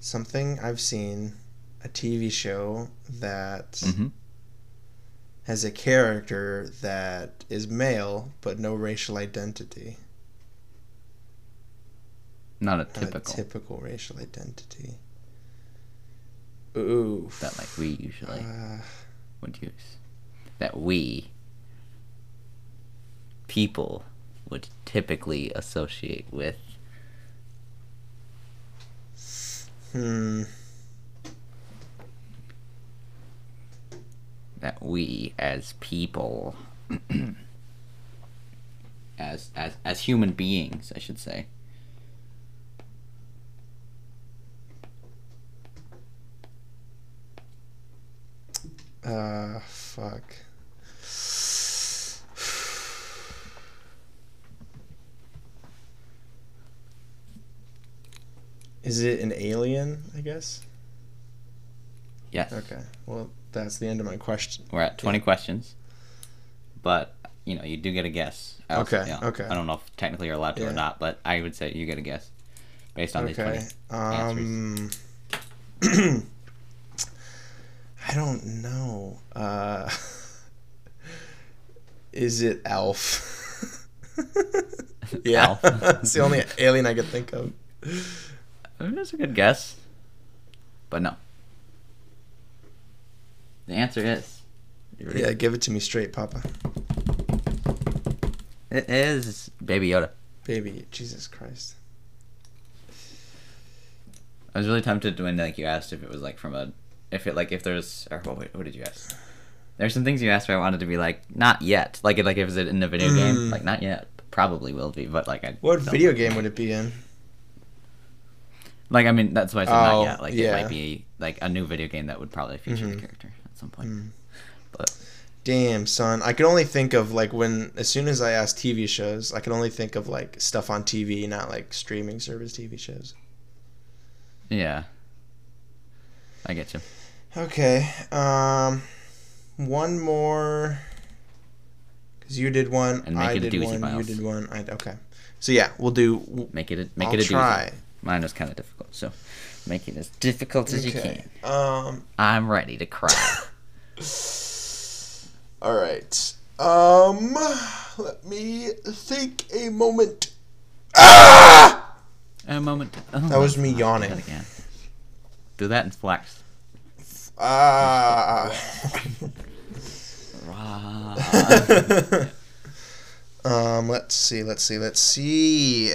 Speaker 2: something I've seen a TV show that
Speaker 1: hmm
Speaker 2: has a character that is male but no racial identity.
Speaker 1: Not a
Speaker 2: Not
Speaker 1: typical
Speaker 2: A typical racial identity. Ooh.
Speaker 1: that like we usually
Speaker 2: Uh,
Speaker 1: would use. That we people would typically associate with
Speaker 2: hmm.
Speaker 1: that we as people as as as human beings, I should say.
Speaker 2: Uh, fuck. Is it an alien, I guess?
Speaker 1: Yes.
Speaker 2: Okay. Well, that's the end of my question.
Speaker 1: We're at 20 questions. But, you know, you do get a guess. I also-
Speaker 2: Okay,
Speaker 1: you know,
Speaker 2: okay.
Speaker 1: I don't know if technically you're allowed to
Speaker 2: Yeah.
Speaker 1: or not, but I would say you get a guess based on
Speaker 2: Okay.
Speaker 1: these
Speaker 2: Um I don't know. Uh Is it Alf? yeah.
Speaker 1: Alf?
Speaker 2: it's the only alien I could think of.
Speaker 1: 20. That's a good guess. But no. The answer is. You ready?
Speaker 2: Yeah, give it to me straight, Papa.
Speaker 1: It is Baby Yoda.
Speaker 2: Baby, Jesus Christ.
Speaker 1: I was really tempted when like you asked if it was like from a if it like if there's or what, what did you ask? There's some things you asked where I wanted to be like not yet like like if it's in a video game
Speaker 2: Mm.
Speaker 1: like not yet probably will be but like I
Speaker 2: What
Speaker 1: don't-
Speaker 2: video game would it be in?
Speaker 1: like I mean that's why I said not
Speaker 2: Oh,
Speaker 1: yet like
Speaker 2: yeah.
Speaker 1: it might be like a new video game that would probably feature
Speaker 2: Mhm.
Speaker 1: the character at some point
Speaker 2: Mm.
Speaker 1: but
Speaker 2: Damn, son. I could only think of like when as soon as I ask TV shows, I can only think of like stuff on TV, not like streaming service TV shows.
Speaker 1: yeah I get you
Speaker 2: Okay. Um one more cuz you did one,
Speaker 1: And make
Speaker 2: I
Speaker 1: it a
Speaker 2: did
Speaker 1: doozy,
Speaker 2: one, you
Speaker 1: Miles.
Speaker 2: did one. I okay. So yeah, we'll do
Speaker 1: make it a, make
Speaker 2: I'll
Speaker 1: it a doozy.
Speaker 2: try.
Speaker 1: mine was kind of difficult so make it as difficult as you
Speaker 2: Okay.
Speaker 1: can
Speaker 2: Um
Speaker 1: I'm ready to cry
Speaker 2: All right. Um, let me think a moment. Ah!
Speaker 1: a moment oh,
Speaker 2: That was
Speaker 1: my
Speaker 2: me
Speaker 1: God, do
Speaker 2: yawning.
Speaker 1: that again do that and flex.
Speaker 2: Ah.
Speaker 1: Right.
Speaker 2: um, let's see. Let's see. Let's see.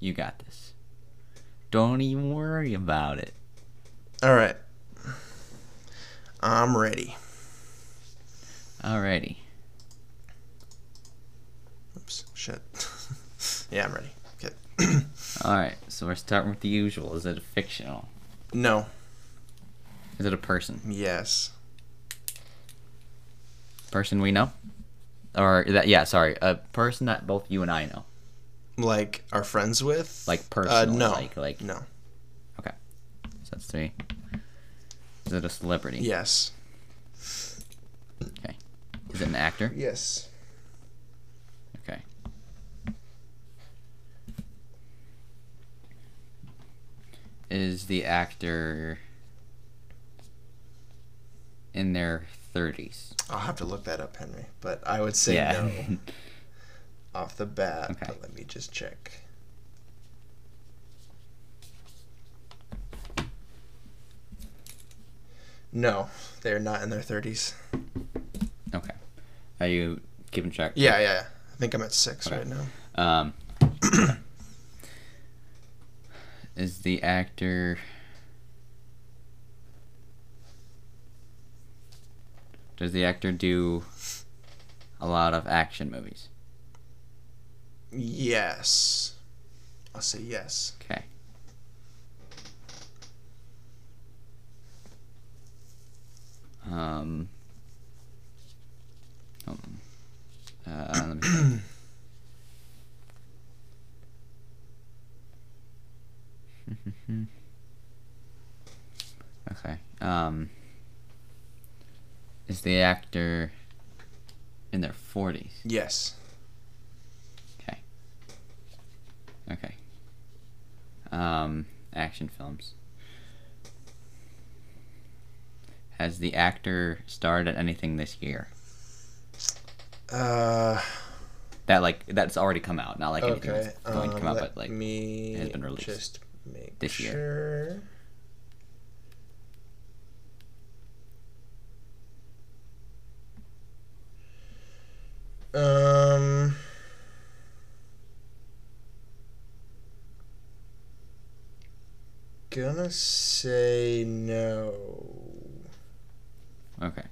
Speaker 1: you got this. Don't even worry about it.
Speaker 2: All right. I'm ready.
Speaker 1: Alrighty.
Speaker 2: Oops. Shit. yeah, I'm ready. Okay.
Speaker 1: Alright, so we're starting with the usual. Is it a fictional?
Speaker 2: No.
Speaker 1: Is it a person?
Speaker 2: Yes.
Speaker 1: Person we know? Or that yeah, sorry. A person that both you and I know.
Speaker 2: Like are friends with?
Speaker 1: Like personal.
Speaker 2: Uh, no.
Speaker 1: Like like
Speaker 2: no.
Speaker 1: so that's three. Is it a celebrity?
Speaker 2: Yes.
Speaker 1: Is it an actor?
Speaker 2: Yes.
Speaker 1: Okay. Is the actor in their 30s?
Speaker 2: I'll have to look that up, Henry. But I would say no. off the bat,
Speaker 1: Okay.
Speaker 2: but let me just check. No, they're not in their 30s.
Speaker 1: okay. Are you keeping track?
Speaker 2: Yeah, yeah, yeah. I think I'm at six
Speaker 1: Okay.
Speaker 2: right now.
Speaker 1: Um, is the actor Does the actor do a lot of action movies?
Speaker 2: Yes. I'll say yes.
Speaker 1: Okay. Um. Hold on. Uh, let me think. okay. Um. Is the actor in their forties?
Speaker 2: Yes.
Speaker 1: Okay. Okay. Um, action films. Has the actor starred in anything this year?
Speaker 2: Uh,
Speaker 1: That like that's already come out, not like anything
Speaker 2: okay.
Speaker 1: that's going
Speaker 2: Um,
Speaker 1: to come out,
Speaker 2: let
Speaker 1: but like
Speaker 2: me
Speaker 1: it has been released
Speaker 2: just make
Speaker 1: this year.
Speaker 2: sure. Um. Gonna say no.
Speaker 1: okay.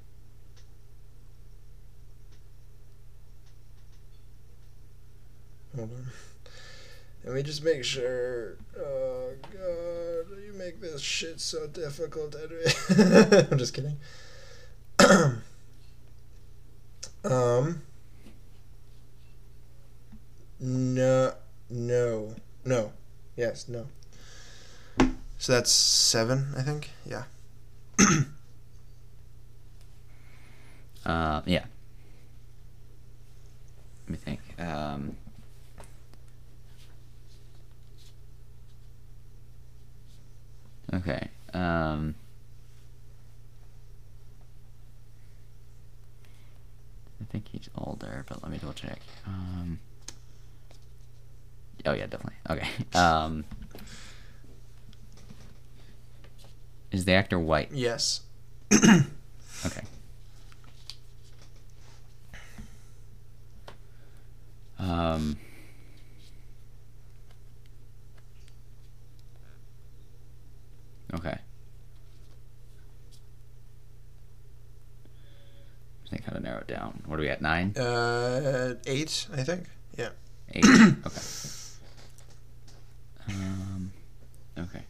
Speaker 2: Hold on. Let me just make sure. Oh god, you make this shit so difficult, Edwin. I'm just kidding. um. No, no, no. Yes, no. So that's seven, I think. Yeah.
Speaker 1: Uh, yeah. Let me think. Um, okay. Um, I think he's older, but let me double check. Um, oh yeah, definitely. Okay. Um, is the actor white?
Speaker 2: Yes.
Speaker 1: Okay. Um. Okay. I think how to narrow it down. What are we at? Nine,
Speaker 2: Uh, eight, I think. Yeah.
Speaker 1: eight. okay. Um. Okay.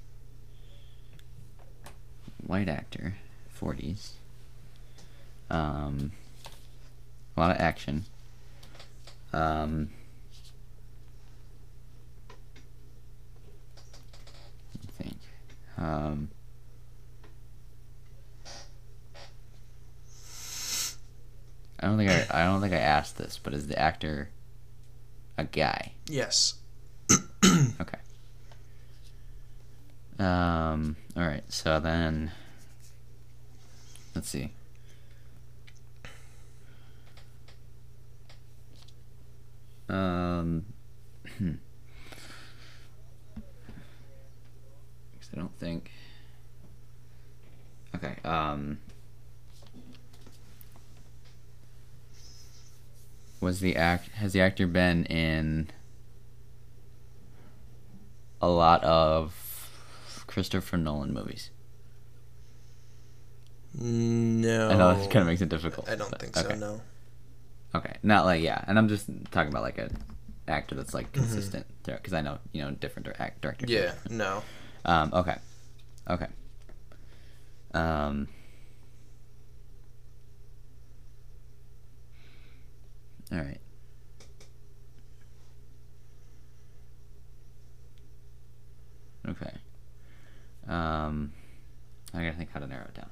Speaker 1: White actor, forties. Um. A lot of action. Um. let me Think. Um. I don't think I, I don't think I asked this, but is the actor a guy?
Speaker 2: Yes.
Speaker 1: Okay. Um. All right. So then, let's see. Um. 'cause I don't think. Okay. Um. Was the act has the actor been in a lot of Christopher Nolan movies?
Speaker 2: No.
Speaker 1: I know that kind of makes it difficult.
Speaker 2: I don't
Speaker 1: but-
Speaker 2: think so.
Speaker 1: okay.
Speaker 2: No.
Speaker 1: Okay, not like yeah, and I'm just talking about like a actor that's like
Speaker 2: Mm-hmm.
Speaker 1: consistent because I know you know different dir- act directors. do
Speaker 2: Yeah.
Speaker 1: different-
Speaker 2: No.
Speaker 1: Um. Okay. Okay. Um. All right. Okay. Um, I gotta think how to narrow it down.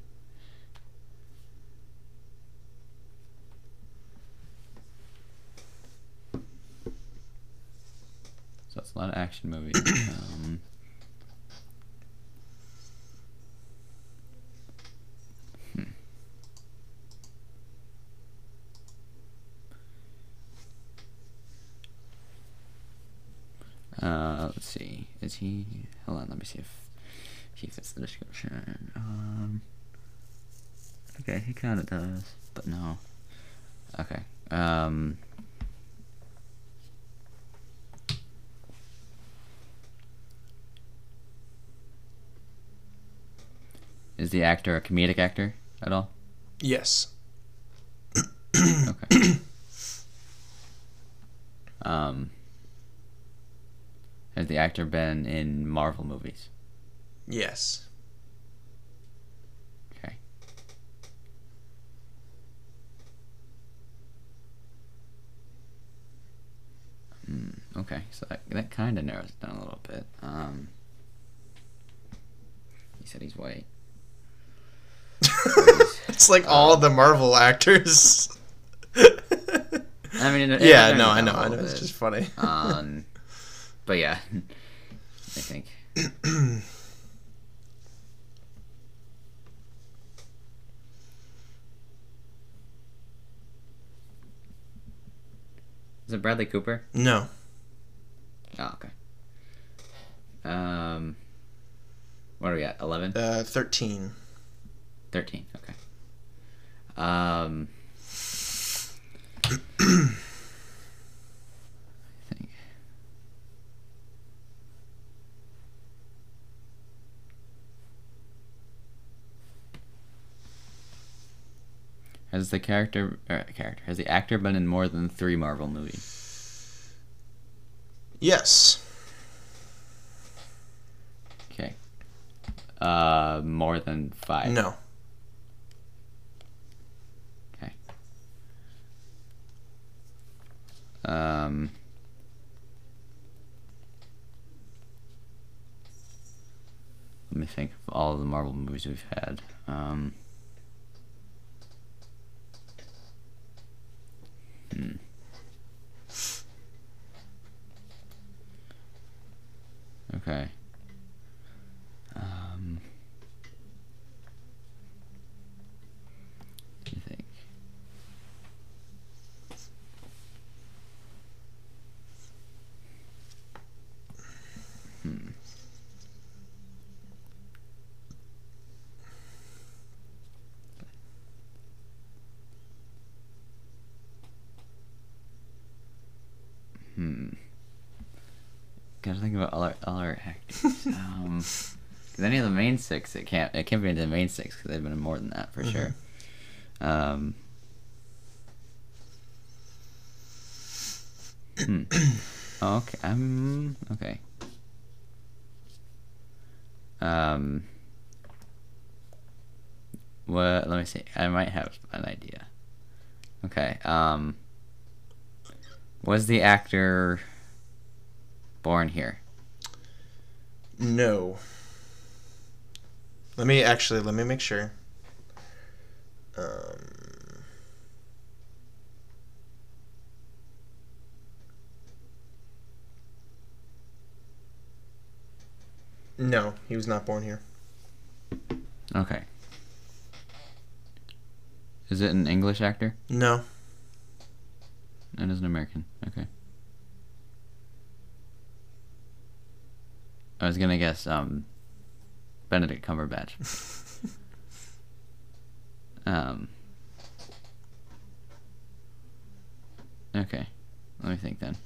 Speaker 1: So it's a lot of action movies. um. Uh, let's see. Is he? Hold on. Let me see if he fits the description. Um. Okay, he kind of does, but no. Okay. Um. Is the actor a comedic actor at all?
Speaker 2: Yes.
Speaker 1: Okay. um, has the actor been in Marvel movies?
Speaker 2: Yes.
Speaker 1: Okay. Hmm, okay, so that, that kind of narrows it down a little bit. Um, he said he's white.
Speaker 2: It's like all the Marvel actors.
Speaker 1: I mean, it- it
Speaker 2: yeah,
Speaker 1: narrows
Speaker 2: no,
Speaker 1: it
Speaker 2: I
Speaker 1: down
Speaker 2: know,
Speaker 1: a
Speaker 2: I know.
Speaker 1: little
Speaker 2: It's
Speaker 1: bit.
Speaker 2: just funny.
Speaker 1: Um, but yeah, I think. Is it Bradley Cooper?
Speaker 2: no.
Speaker 1: Oh, okay. Um, what are we at? 11?
Speaker 2: Uh, 13.
Speaker 1: 13, okay. Um, I think. Has the character, er, character, has the actor been in more than three Marvel movies?
Speaker 2: Yes.
Speaker 1: Okay. Uh, more than five.
Speaker 2: No.
Speaker 1: Um, let me think of all the Marvel movies we've had. Um, hmm. Okay. Um, let me think. Hmm. Gotta think about all our, all our actors. um, 'cause any of the main six, it can't it can't be into the main six because they've been in more than that for sure. Um. hmm. okay. Um. Okay. Um. What? Let me see. I might have an idea. Okay. Um. Was the actor born here?
Speaker 2: No. Let me actually, let me make sure. Um, no, he was not born here.
Speaker 1: Okay. Is it an English actor?
Speaker 2: No.
Speaker 1: It is an American. Okay. I was gonna guess um, Benedict Cumberbatch. um. Okay, let me think then.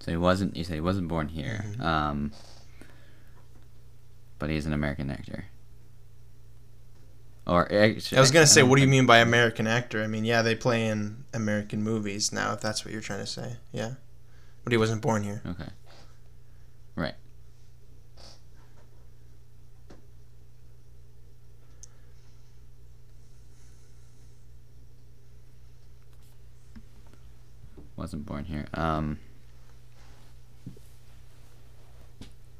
Speaker 1: So he wasn't. You said he wasn't born here. Um, but he's an American actor. Or um,
Speaker 2: I was gonna say, what do you mean by American actor? I mean, yeah, they play in American movies now. If that's what you're trying to say, yeah. But he wasn't born here.
Speaker 1: Okay. Right. Wasn't born here. Um.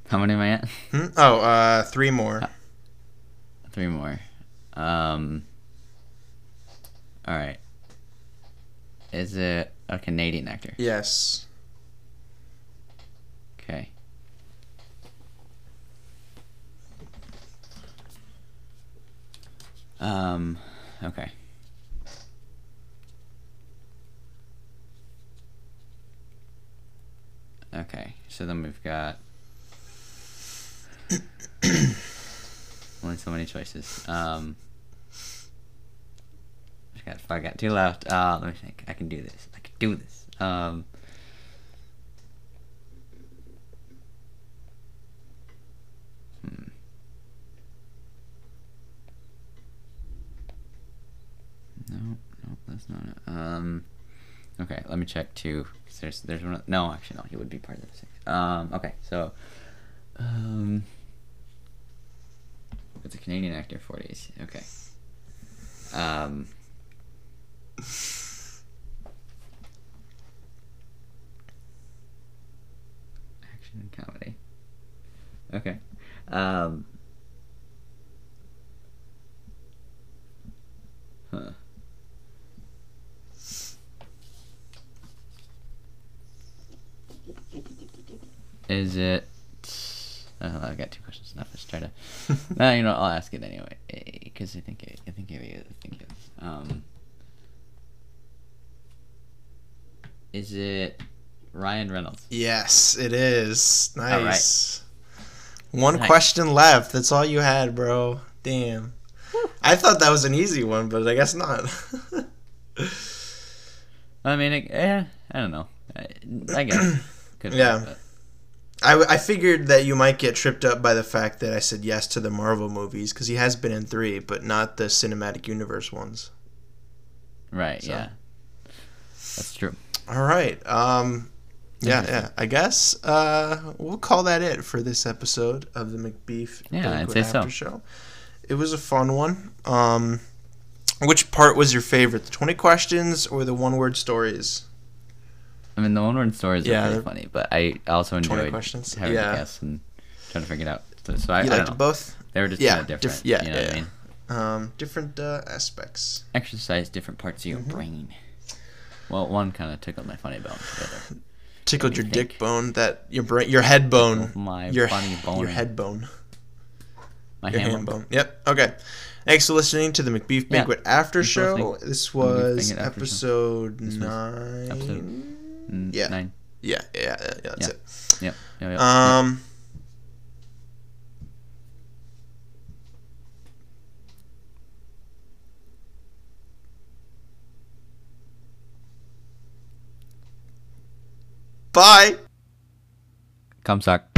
Speaker 1: How many am I at?
Speaker 2: Hmm? Oh, uh, three more.
Speaker 1: Oh. Three more. Um. All right. Is it a Canadian actor?
Speaker 2: Yes.
Speaker 1: Okay. Um, okay. Okay, so then we've got. Only so many choices. Um, I got, I got two left. Uh, let me think. I can do this. I can do this. Um, hmm. No, no, that's not it. Um, okay, let me check two. 'cause There's, there's one. oth- No, actually, no. He would be part of the six. Um, okay, so, um, it's a Canadian actor, 40s. Okay. Um. Action and comedy. Okay. Um. Huh. Is it? Oh, I've got two questions enough. Let's try to. no, you know, I'll ask it anyway because I think it, I think it is. I think it is. Um, is it Ryan Reynolds?
Speaker 2: Yes, it is.
Speaker 1: right.
Speaker 2: Nice. One
Speaker 1: Nice.
Speaker 2: question left. That's all you had, bro. Damn. I thought that was an easy one, but I guess not.
Speaker 1: I mean, it, eh, I don't know. I, I guess. Could be,
Speaker 2: Yeah.
Speaker 1: but-
Speaker 2: I, w- I figured that you might get tripped up by the fact that I said yes to the Marvel movies because he has been in three, but not the cinematic universe ones.
Speaker 1: right.
Speaker 2: So.
Speaker 1: Yeah. That's true.
Speaker 2: All right. Um, yeah, yeah. I guess uh, we'll call that it for this episode of the McBeef
Speaker 1: Yeah, I'd
Speaker 2: Banquet
Speaker 1: say so.
Speaker 2: After Show. It was a fun one. Um, which part was your favorite? The twenty questions or the one-word stories?
Speaker 1: I mean, the one word stories are
Speaker 2: Yeah, they're-
Speaker 1: really funny, but I also
Speaker 2: 20
Speaker 1: enjoyed
Speaker 2: questions?
Speaker 1: having
Speaker 2: Yeah.
Speaker 1: to guess and trying to figure it out. So, so I,
Speaker 2: you
Speaker 1: I
Speaker 2: liked
Speaker 1: don't know.
Speaker 2: both?
Speaker 1: They were just
Speaker 2: Yeah,
Speaker 1: kind of different.
Speaker 2: diff- yeah,
Speaker 1: you know what I
Speaker 2: yeah.
Speaker 1: mean?
Speaker 2: Um, different uh, aspects.
Speaker 1: Exercise different parts of your
Speaker 2: Mm-hmm.
Speaker 1: brain. Well, one kind of tickled my funny bone. The other.
Speaker 2: Tickled
Speaker 1: me
Speaker 2: your
Speaker 1: think.
Speaker 2: dick bone, that your brain, your head bone,
Speaker 1: Tickled my
Speaker 2: your
Speaker 1: funny bone.
Speaker 2: your head bone.
Speaker 1: My
Speaker 2: Your
Speaker 1: hand
Speaker 2: ham
Speaker 1: bone.
Speaker 2: bone. Yep. Okay. Thanks for listening to the McBeef
Speaker 1: Yeah.
Speaker 2: Banquet After
Speaker 1: Thanks for
Speaker 2: Show.
Speaker 1: listening.
Speaker 2: This
Speaker 1: Banquet
Speaker 2: was
Speaker 1: After Show.
Speaker 2: episode
Speaker 1: was
Speaker 2: nine.
Speaker 1: Mm,
Speaker 2: Yeah.
Speaker 1: Nine.
Speaker 2: Yeah, yeah, yeah, yeah, that's
Speaker 1: Yeah. Yep. yep,
Speaker 2: it.
Speaker 1: yep.
Speaker 2: Um, bye.
Speaker 1: Come suck.